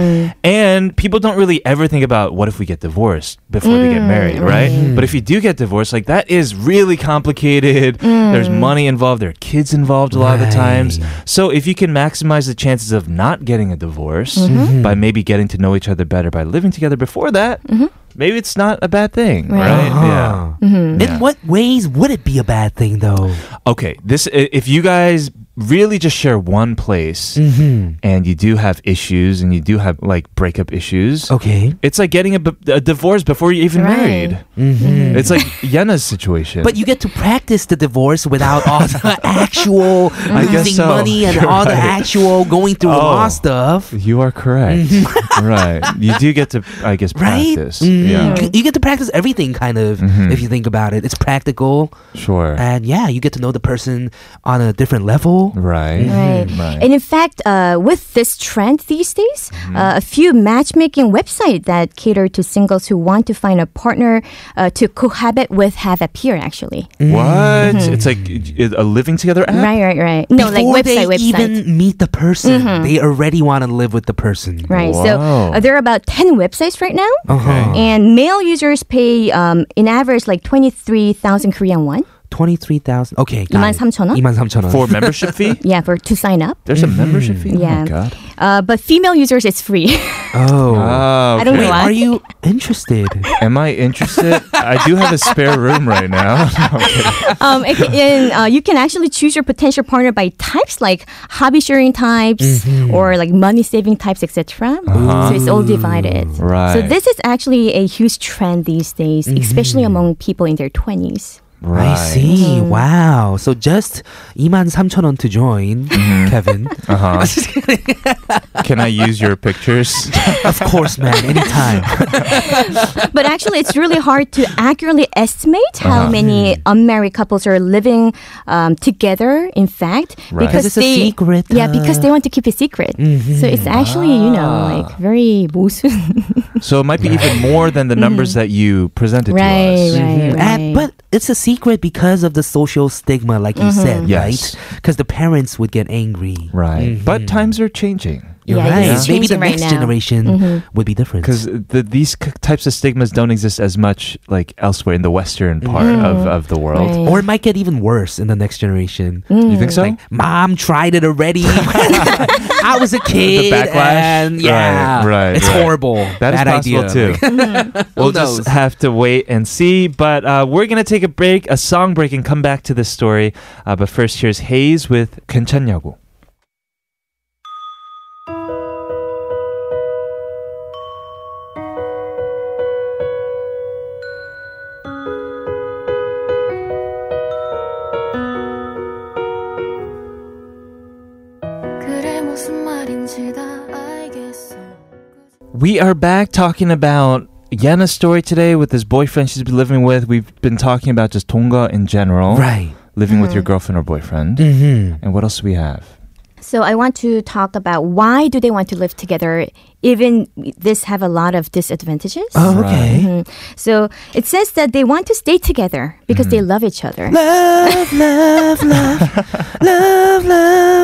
Speaker 1: and people don't really ever think about what if we get divorced before they get married, Mm, right? But if you do get divorced, like that is really complicated. There's money involved, there are kids involved a lot of the times. So if you can maximize the chances of not getting a divorce by maybe getting to know each other better by living together before that, maybe it's not a bad thing, Mm-hmm. right?
Speaker 4: Right.
Speaker 2: Uh-huh.
Speaker 1: Yeah.
Speaker 4: Mm-hmm.
Speaker 2: In what ways would it be a bad thing though?
Speaker 1: Okay, this i- if you guys really just share one place
Speaker 2: Mm-hmm.
Speaker 1: and you do have issues and you do have like breap issues.
Speaker 2: Okay.
Speaker 1: It's like getting a, b- a divorce before you're even
Speaker 4: Right.
Speaker 1: married. It's like Yena's situation.
Speaker 2: Mm-hmm. But you get to practice the divorce without all the actual
Speaker 1: I guess
Speaker 2: losing
Speaker 1: so.
Speaker 2: money and
Speaker 1: You're
Speaker 2: all the
Speaker 1: right.
Speaker 2: actual going through the law
Speaker 1: Oh.
Speaker 2: stuff.
Speaker 1: you are correct. right. You do get to I guess
Speaker 2: Mm-hmm. Right?
Speaker 1: practice.
Speaker 2: Mm.
Speaker 1: Yeah. Mm-hmm.
Speaker 2: You- You get to practice everything, kind of, if you think about it. It's practical,
Speaker 1: Sure.
Speaker 2: and yeah, you get to know the person on a different level.
Speaker 1: Right.
Speaker 4: Right.
Speaker 1: Right.
Speaker 4: And in fact, uh, with this trend these days,
Speaker 2: Mm-hmm.
Speaker 4: uh, a few matchmaking websites that cater to singles who want to find a partner uh, to cohabit with have appeared actually.
Speaker 2: Mm-hmm.
Speaker 1: What? It's like i- a living together app.
Speaker 4: Mm-hmm. Right, right, right. No,
Speaker 2: Before
Speaker 4: like
Speaker 2: they
Speaker 4: website, website.
Speaker 2: even
Speaker 4: Mm-hmm.
Speaker 2: meet the person, they already want to live with the person.
Speaker 4: Right. So
Speaker 1: Wow. Uh-huh.
Speaker 4: uh, there are about 10 websites right now.
Speaker 2: Uh-huh.
Speaker 1: Okay.
Speaker 4: And male users pay, um, in average, like 23,000 Korean won.
Speaker 2: Twenty-three thousand. Okay. got it.
Speaker 4: 23,000?
Speaker 2: 23,000.
Speaker 1: For membership fee?
Speaker 4: Yeah, for to sign up.
Speaker 1: There's a membership fee. Oh
Speaker 4: Yeah.
Speaker 1: my god.
Speaker 4: Uh, but female users, it's free.
Speaker 2: oh.
Speaker 1: Ah,
Speaker 4: I don't
Speaker 1: okay.
Speaker 4: know why.
Speaker 2: Are you interested?
Speaker 1: Am I interested? I do have a spare room right now. No, I'm kidding.
Speaker 4: um, it can- and, uh, you can actually choose your potential partner by types, like hobby sharing types
Speaker 1: Mm-hmm.
Speaker 4: or like money saving types, etc. So it's all divided. So
Speaker 1: Uh-huh. Right.
Speaker 4: this is actually a huge trend these days, especially
Speaker 1: Mm-hmm.
Speaker 4: among people in their twenties.
Speaker 1: right.
Speaker 2: I see. Wow. So just 23,000 to join, Kevin.
Speaker 1: Uh-huh. Can I use your pictures?
Speaker 2: of course, man. Anytime.
Speaker 4: but actually, it's really hard to accurately estimate how many
Speaker 2: Hmm.
Speaker 4: unmarried couples are living um, together. In fact,
Speaker 1: Right.
Speaker 4: because
Speaker 2: Because it's a
Speaker 4: they-
Speaker 2: secret, Mm-hmm.
Speaker 4: Yeah,
Speaker 2: uh,
Speaker 4: because they want to keep it secret. So it's actually you know like very 모순.
Speaker 1: So it might be even more than the numbers that you presented
Speaker 4: Mm. right,
Speaker 1: to us.
Speaker 4: right, right.
Speaker 2: And, Uh, but it's a secret because of the social stigma, like you
Speaker 4: Mm-hmm.
Speaker 2: said,
Speaker 1: Yes.
Speaker 2: right? Because the parents would get angry.
Speaker 1: Right.
Speaker 2: Mm-hmm.
Speaker 1: But times are changing.
Speaker 2: You're
Speaker 4: Yeah,
Speaker 2: right.
Speaker 4: it is
Speaker 2: Maybe the
Speaker 4: changing right
Speaker 2: next
Speaker 4: now. Mm-hmm.
Speaker 2: generation would be different.
Speaker 1: Because the, these c- types of stigmas don't exist as much like elsewhere in the Western part of, of the world.
Speaker 4: Mm. Right. Mm-hmm.
Speaker 2: Or it might get even worse in the next generation.
Speaker 1: You think so?
Speaker 2: Like, mom tried it already. I was a kid.
Speaker 1: backlash?
Speaker 2: and yeah,
Speaker 1: Right, right,
Speaker 2: It's
Speaker 1: right.
Speaker 2: horrible.
Speaker 1: That is
Speaker 2: Bad
Speaker 1: possible
Speaker 2: idea.
Speaker 1: too. we'll
Speaker 4: Mm.
Speaker 2: Who
Speaker 1: just
Speaker 2: knows?
Speaker 1: have to wait and see. But uh, we're gonna take a break, a song break, and come back to this story. Uh, but first, here's Hayes with 괜찮냐고.
Speaker 8: 그래 무슨 말인지 다 알겠어
Speaker 1: We are back talking about Yena's story today with this boyfriend she's been living with. We've been talking about just Tonga in general.
Speaker 2: Right.
Speaker 1: Living with your girlfriend or boyfriend.
Speaker 2: Mm-hmm.
Speaker 1: And what else do we have?
Speaker 4: So I want to talk about why do they want to live together even this have a lot of disadvantages. Mm-hmm.
Speaker 2: Oh, okay.
Speaker 4: So it says that they want to stay together because they
Speaker 2: Mm-hmm.
Speaker 4: love each other.
Speaker 2: Love, love, love, love, love,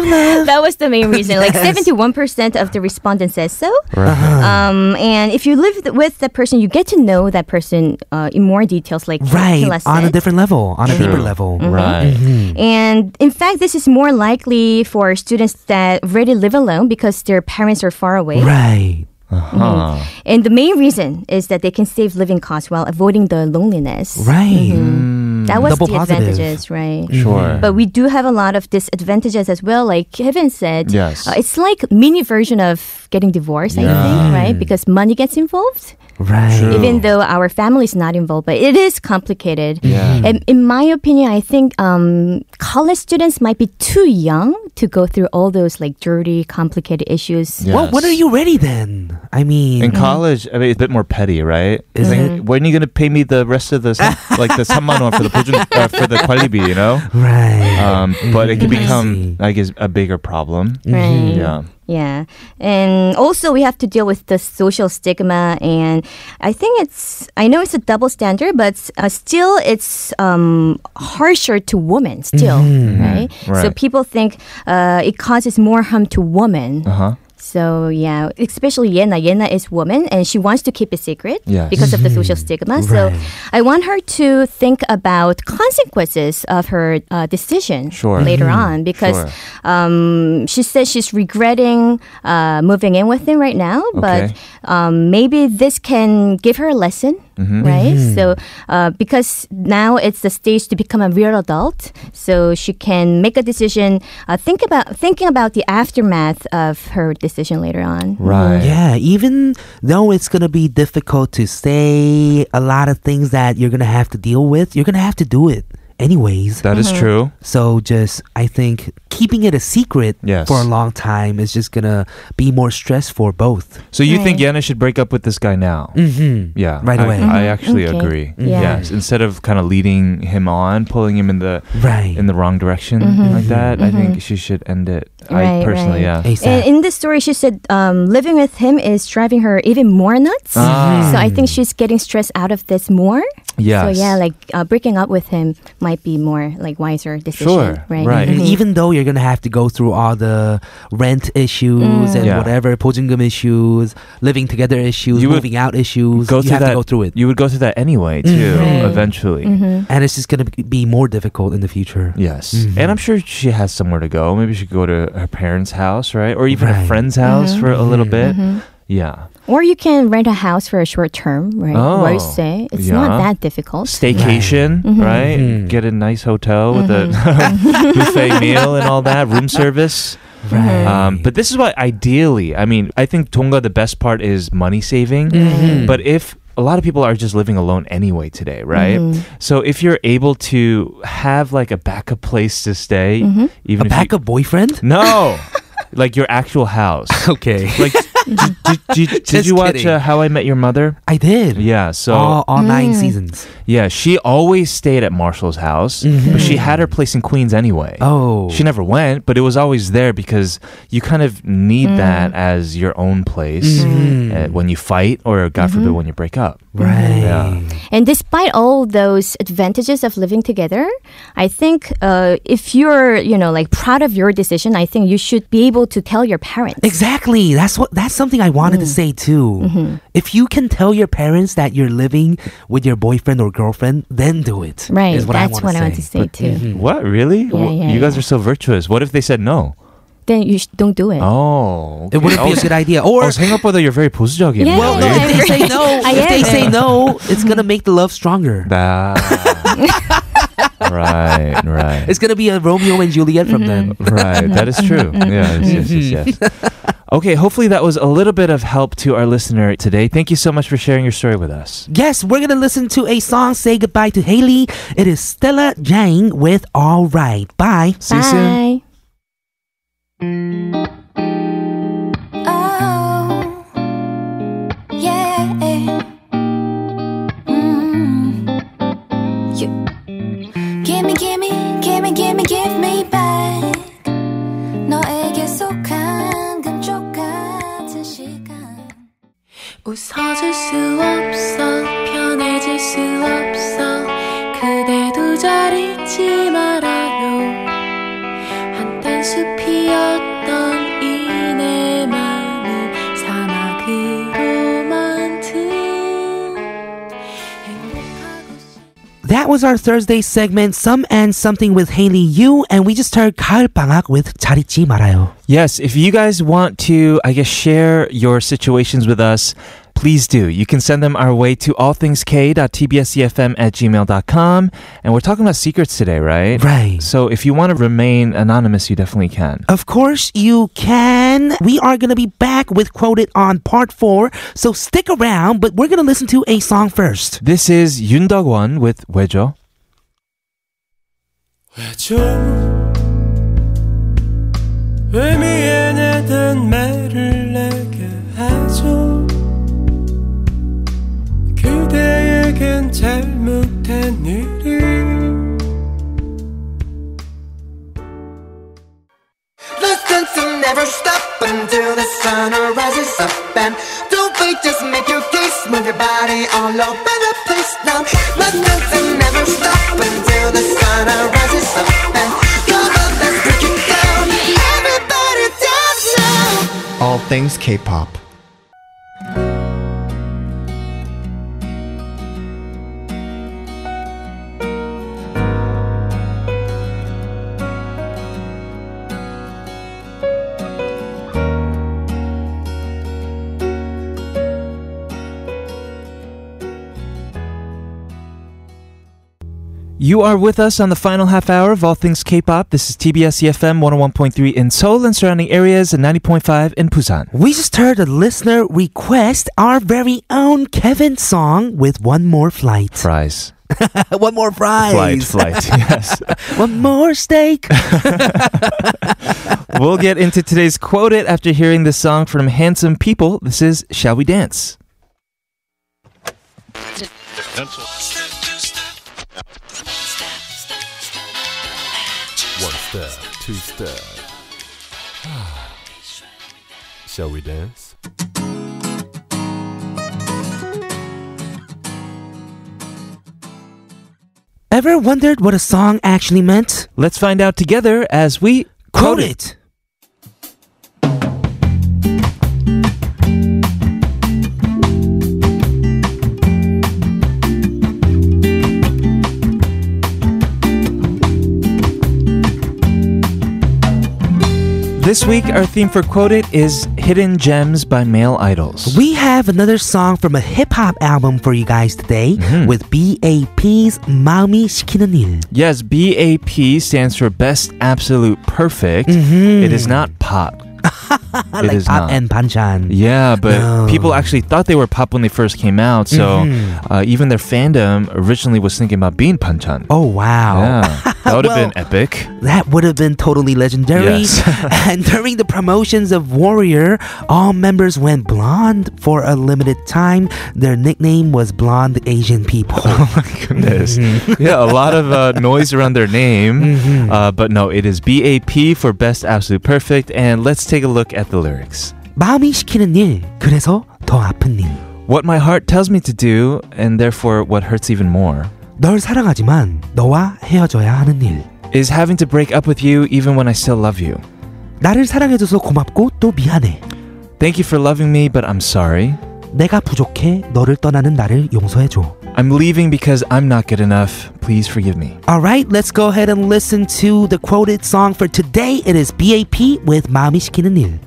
Speaker 2: love.
Speaker 4: That was the main reason. Like seventy-one percent of the respondents says so.
Speaker 1: Uh-huh.
Speaker 2: Uh. Uh-huh.
Speaker 4: Um, and if you live th- with that person, you get to know that person uh, in more details, like
Speaker 2: Right.
Speaker 4: Killa
Speaker 2: On a
Speaker 4: said.
Speaker 2: different level, on a deeper level.
Speaker 1: Right. Mm-hmm.
Speaker 4: And in fact, this is more likely for students that already live alone because their parents are far away.
Speaker 2: Right.
Speaker 1: Huh.
Speaker 4: And the main reason is that they can save living costs while avoiding the loneliness.
Speaker 2: Right.
Speaker 4: That was
Speaker 2: Double
Speaker 4: the
Speaker 2: positive.
Speaker 4: advantages, right?
Speaker 1: Sure.
Speaker 4: But we do have a lot of disadvantages as well. Like Kevin said,
Speaker 1: Yes.
Speaker 4: uh, it's like mini version of getting divorced, I think, right? Because money gets involved,
Speaker 2: Right.
Speaker 4: even though our family is not involved. But it is complicated.
Speaker 1: Yeah.
Speaker 4: And in my opinion, I think um, college students might be too young to go through all those like dirty, complicated issues.
Speaker 1: Yes.
Speaker 2: Well, when are you ready then? I mean,
Speaker 1: In college, I mean, it's a bit more petty, right?
Speaker 2: Is
Speaker 1: Like, When are you gonna pay me the rest of the sam- like the samman for the 보증 uh, for the 관리비, you know.
Speaker 2: Right.
Speaker 1: Um, but it can
Speaker 2: I
Speaker 1: become
Speaker 2: see.
Speaker 1: like is a bigger problem.
Speaker 4: Right.
Speaker 1: Mm-hmm. Yeah.
Speaker 4: Yeah. And also, we have to deal with the social stigma. And I think it's, I know it's a double standard, but uh, still it's um, harsher to women, still. Right? So
Speaker 1: Right.
Speaker 4: people think uh, it causes more harm to women.
Speaker 1: Uh huh.
Speaker 4: So yeah, especially Yena. Yena is woman, and she wants to keep it secret
Speaker 1: Yes.
Speaker 4: because of the social stigma. So I want her to think about consequences of her uh, decision
Speaker 1: Sure. Mm-hmm.
Speaker 4: later on because
Speaker 1: Sure.
Speaker 4: um, she says she's regretting uh, moving in with him right now,
Speaker 1: Okay.
Speaker 4: but um, maybe this can give her a lesson, right?
Speaker 1: Mm-hmm.
Speaker 4: So uh, because now it's the stage to become a real adult, so she can make a decision. Uh, think about thinking about the aftermath of her decision later on.
Speaker 1: Uh, Right.
Speaker 2: Yeah, even though it's going to be difficult to say a lot of things that you're going to have to deal with, you're going to have to do it anyways.
Speaker 1: That is true.
Speaker 2: So just I think keeping it a secret
Speaker 1: Yes.
Speaker 2: for a long time is just going to be more stress for both.
Speaker 1: So you think Yana should break up with this guy now?
Speaker 2: Mhm.
Speaker 1: Mm-hmm. Yeah,
Speaker 2: Right
Speaker 1: I,
Speaker 2: away.
Speaker 1: I actually
Speaker 4: Okay.
Speaker 1: agree.
Speaker 4: Yeah.
Speaker 1: Yes, instead of kind of leading him on, pulling him in the
Speaker 2: Right.
Speaker 1: in the wrong direction like that, I think she should end it. I
Speaker 4: Right,
Speaker 1: personally,
Speaker 4: right.
Speaker 1: yeah.
Speaker 2: ASAP.
Speaker 4: And in this story, she said um, living with him is driving her even more nuts.
Speaker 1: Ah.
Speaker 4: So I think she's getting stressed out of this more.
Speaker 1: Yes.
Speaker 4: So yeah, like uh, breaking up with him might be more like wiser decision.
Speaker 1: Sure,
Speaker 4: Right.
Speaker 1: right.
Speaker 2: And
Speaker 4: Mhm.
Speaker 2: even though you're gonna have to go through all the rent issues
Speaker 4: Mm.
Speaker 2: and
Speaker 1: Yeah.
Speaker 2: whatever 보증금 issues, living together issues,
Speaker 1: You would
Speaker 2: moving out issues,
Speaker 1: go
Speaker 2: you
Speaker 1: through
Speaker 2: have
Speaker 1: that.
Speaker 2: to go through it,
Speaker 1: You would go through that anyway, too.
Speaker 4: Right.
Speaker 1: Eventually.
Speaker 2: and it's just gonna be- be more difficult in the future.
Speaker 1: Yes. And I'm sure she has somewhere to go. Maybe she could go to her parents' house, right? Or even a
Speaker 2: Right.
Speaker 1: friend's house for a little bit. Yeah.
Speaker 4: Or you can rent a house for a short term, right?
Speaker 1: Oh.
Speaker 4: What you say? It's not
Speaker 1: Yeah.
Speaker 4: that difficult.
Speaker 1: Staycation, right? Get a nice hotel with a buffet meal and all that, room service.
Speaker 2: Right.
Speaker 1: Um, but this is why, ideally, I mean, I think Tonga, the best part is money saving.
Speaker 2: Mm-hmm.
Speaker 1: But if a lot of people are just living alone anyway today, right? So if you're able to have like a backup place to stay, even if
Speaker 2: a backup boyfriend?
Speaker 1: you, no, like your actual house.
Speaker 2: Okay,
Speaker 1: Like, did, did, did, did
Speaker 2: Just
Speaker 1: you watch
Speaker 2: kidding. Oh.
Speaker 1: uh, How I Met Your Mother?
Speaker 2: I did.
Speaker 1: Yeah. So
Speaker 2: all, all
Speaker 4: Mm.
Speaker 2: nine seasons.
Speaker 1: yeah, she always stayed at Marshall's house, but she had her place in Queens anyway.
Speaker 2: Mm-hmm. Oh,
Speaker 1: She never went, but it was always there because you kind of need
Speaker 4: Mm.
Speaker 1: that as your own place
Speaker 4: Mm-hmm.
Speaker 1: uh, when you fight or, God forbid, when you break up.
Speaker 2: right.
Speaker 1: Yeah.
Speaker 4: And despite all those advantages of living together, I think uh, if you're, you know, like proud of your decision, I think you should be able to tell your parents.
Speaker 2: Exactly. That's what. That's something I wanted
Speaker 4: Mm.
Speaker 2: to say too.
Speaker 4: Mm-hmm.
Speaker 2: If you can tell your parents that you're living with your boyfriend or girlfriend, then do it.
Speaker 4: Right.
Speaker 2: Is what I
Speaker 4: That's what I
Speaker 2: want
Speaker 4: want to say too.
Speaker 1: What? Really?
Speaker 4: Yeah, yeah,
Speaker 1: you guys
Speaker 4: yeah.
Speaker 1: are so virtuous. What if they said no?
Speaker 4: Then you sh- don't do it.
Speaker 1: Oh.
Speaker 2: It wouldn't be a good idea. Or
Speaker 1: I was 생각보다 you're very 보수적인.
Speaker 4: Yeah.
Speaker 2: well, no,
Speaker 4: I
Speaker 2: if they
Speaker 4: agree.
Speaker 2: say no,
Speaker 4: I
Speaker 2: if they
Speaker 4: am.
Speaker 2: say no, it's gonna make the love stronger.
Speaker 1: Nah. right, right.
Speaker 2: It's gonna be a Romeo and Juliet from
Speaker 4: Mm-hmm.
Speaker 2: them.
Speaker 1: right. That is true. Yeah. Yes, yes, yes, yes.
Speaker 2: Mm-hmm.
Speaker 1: Okay. Hopefully, that was a little bit of help to our listener today. Thank you so much for sharing your story with us.
Speaker 2: Yes, we're gonna listen to a song. Say goodbye to Haley. It is Stella Jang with "All Right." Bye.
Speaker 1: See you soon.
Speaker 4: Bye.
Speaker 8: Oh, yeah. Mm. You gimme, gimme, gimme, gimme, give me back. 너에게 속한 금쪽 같은 시간. 웃어줄 수 없어 편해질 수 없어 그대도 잘 잊지 말아요 한탄 숲이었던 이 내 마음은 사막으로만 든 행복하고 싶
Speaker 2: That was our Thursday segment, Some and Something with Haley Yu, and we just heard 가을 방학 with 잘 잊지 말아요.
Speaker 1: Yes, if you guys want to, I guess, share your situations with us, please do. You can send them our way to allthingsk.tbscfm at gmail.com. And we're talking about secrets today, right?
Speaker 2: Right.
Speaker 1: So if you want to remain anonymous, you definitely can.
Speaker 2: Of course, you can. We are going to be back with Quoted on part four, so stick around, but we're going to listen to a song first.
Speaker 1: This is Yun Dog Won with Wejo.
Speaker 6: 좀 의미에 내던 말을 내게 하죠 그대에겐 잘못된 일이
Speaker 10: just make you kiss, move your body all over the place now. Let nothing never stop until the sun rises up. And come on, let's break it down. Everybody dance now.
Speaker 11: All things K-pop.
Speaker 1: You are with us on the final half hour of All Things K-pop. This is TBS EFM 101.3 in Seoul and surrounding areas and 90.5 in Busan.
Speaker 2: We just heard a listener request our very own Kevin song with One More Flight.
Speaker 1: Fries.
Speaker 2: One more fries.
Speaker 1: Flight, flight, yes.
Speaker 2: One more steak.
Speaker 1: we'll get into today's quote it after hearing this song from Handsome People. This is Shall We Dance?
Speaker 12: One step, two step. Shall we dance?
Speaker 2: Ever wondered what a song actually meant?
Speaker 1: Let's find out together as we quote it. This week, our theme for Quote It is Hidden Gems by Male Idols.
Speaker 2: We have another song from a hip hop album for you guys today
Speaker 1: Mm-hmm.
Speaker 2: with BAP's 마음이 시키는 일.
Speaker 1: Yes, BAP stands for Best Absolute Perfect. It is not pop.
Speaker 2: Mm-hmm. like
Speaker 1: is
Speaker 2: pop
Speaker 1: not.
Speaker 2: and banchan.
Speaker 1: Yeah, but
Speaker 2: No.
Speaker 1: people actually thought they were pop when they first came out. So
Speaker 2: Mm-hmm.
Speaker 1: uh, even their fandom originally was thinking about being Panchan.
Speaker 2: Oh wow.
Speaker 1: Yeah, that would have been epic.
Speaker 2: That would have been totally legendary.
Speaker 1: Yes.
Speaker 2: and during the promotions of Warrior, all members went blonde for a limited time. Their nickname was Blonde Asian People.
Speaker 1: Oh Goodness. yeah, a lot of uh, noise around their name. Uh, but no, it is BAP for Best Absolute Perfect. And let's take a look at the lyrics.
Speaker 2: 마음이 시키는 일, 그래서 더 아픈 일.
Speaker 1: What my heart tells me to do, and therefore what hurts even more,
Speaker 2: 널 사랑하지만 너와 헤어져야 하는 일.
Speaker 1: is having to break up with you even when I still love you.
Speaker 2: 나를 사랑해줘서 고맙고 또 미안해.
Speaker 1: Thank you for loving me, but I'm sorry.
Speaker 2: 내가 부족해 너를 떠나는 나를 용서해줘.
Speaker 1: I'm leaving because I'm not good enough. Please forgive me.
Speaker 2: All right, let's go ahead and listen to the quoted song for today. It is BAP with 마음이 시키는 일.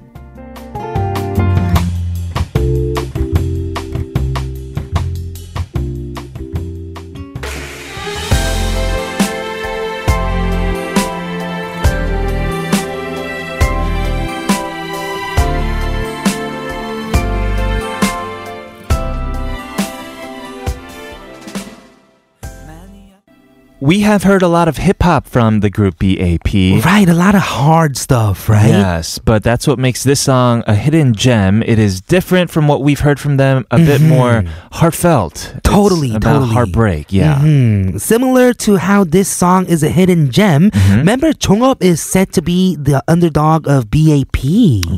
Speaker 1: We have heard a lot of hip hop from the group BAP.
Speaker 2: Right, a lot of hard stuff, right?
Speaker 1: Yes, but that's what makes this song a hidden gem. It is different from what we've heard from them, a bit more heartfelt. It's
Speaker 2: Mm-hmm. Totally,
Speaker 1: about
Speaker 2: totally.
Speaker 1: heartbreak. Yeah.
Speaker 2: Mhm. Similar to how this song is a hidden gem,
Speaker 1: Mm-hmm.
Speaker 2: member Chongup is said to be the underdog of BAP.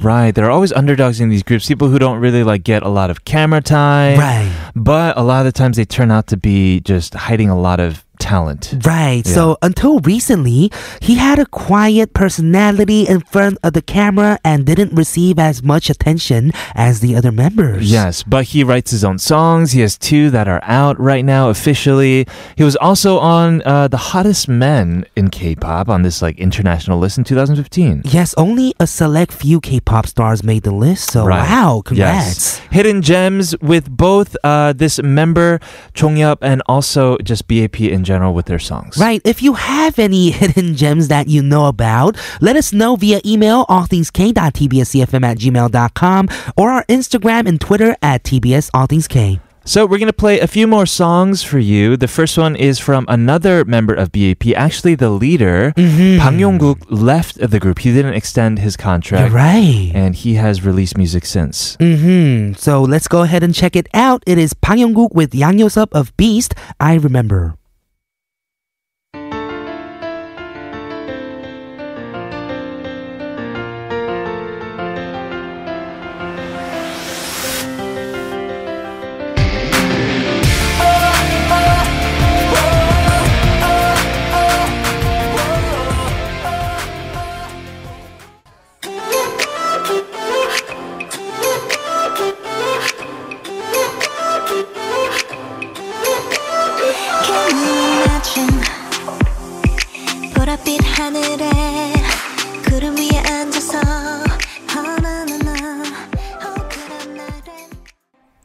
Speaker 1: Right, there are always underdogs in these groups, people who don't really like get a lot of camera time.
Speaker 2: Right.
Speaker 1: But a lot of the times they turn out to be just hiding a lot of talent.
Speaker 2: Right. So until recently, he had a quiet personality in front of the camera and didn't receive as much attention as the other members.
Speaker 1: Yes, but he writes his own songs. He has two that are out right now officially. He was also on uh, the hottest men in K-pop on this like international list in 2015.
Speaker 2: Yes, only a select few K-pop stars made the list. So
Speaker 1: Right.
Speaker 2: Oh, wow,
Speaker 1: Yes.
Speaker 2: congrats.
Speaker 1: Hidden gems with both uh, this member Chung Yup and also just BAP in general with their songs.
Speaker 2: Right. If you have any hidden gems that you know about, let us know via email allthingsk.tbscfm at gmail.com or our Instagram and Twitter at tbs allthingsk.
Speaker 1: So we're gonna play a few more songs for you. The first one is from another member of BAP, actually the leader.
Speaker 2: Mm-hmm.
Speaker 1: Bang Yong-guk left the group. He didn't extend his
Speaker 2: You're
Speaker 1: contract.
Speaker 2: right.
Speaker 1: And he has released music since.
Speaker 2: hmm So let's go ahead and check it out. It is Bang Yong-guk with Yang Yo-sup of Beast. I remember.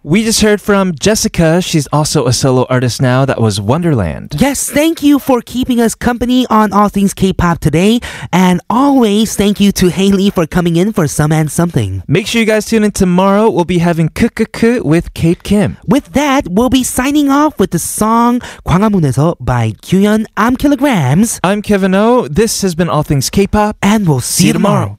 Speaker 1: We just heard from Jessica. She's also a solo artist now. That was Wonderland.
Speaker 2: Yes, thank you for keeping us company on all things K pop today. And always thank you to Haley for coming in for some and something.
Speaker 1: Make sure you guys tune in tomorrow. We'll be having Kukuku with Kate Kim.
Speaker 2: With that, we'll be signing off with the song 광화문에서 by Kyuyeon. I'm Kilograms.
Speaker 1: I'm Kevin O. This has been All Things K pop.
Speaker 2: And we'll see,
Speaker 1: you tomorrow.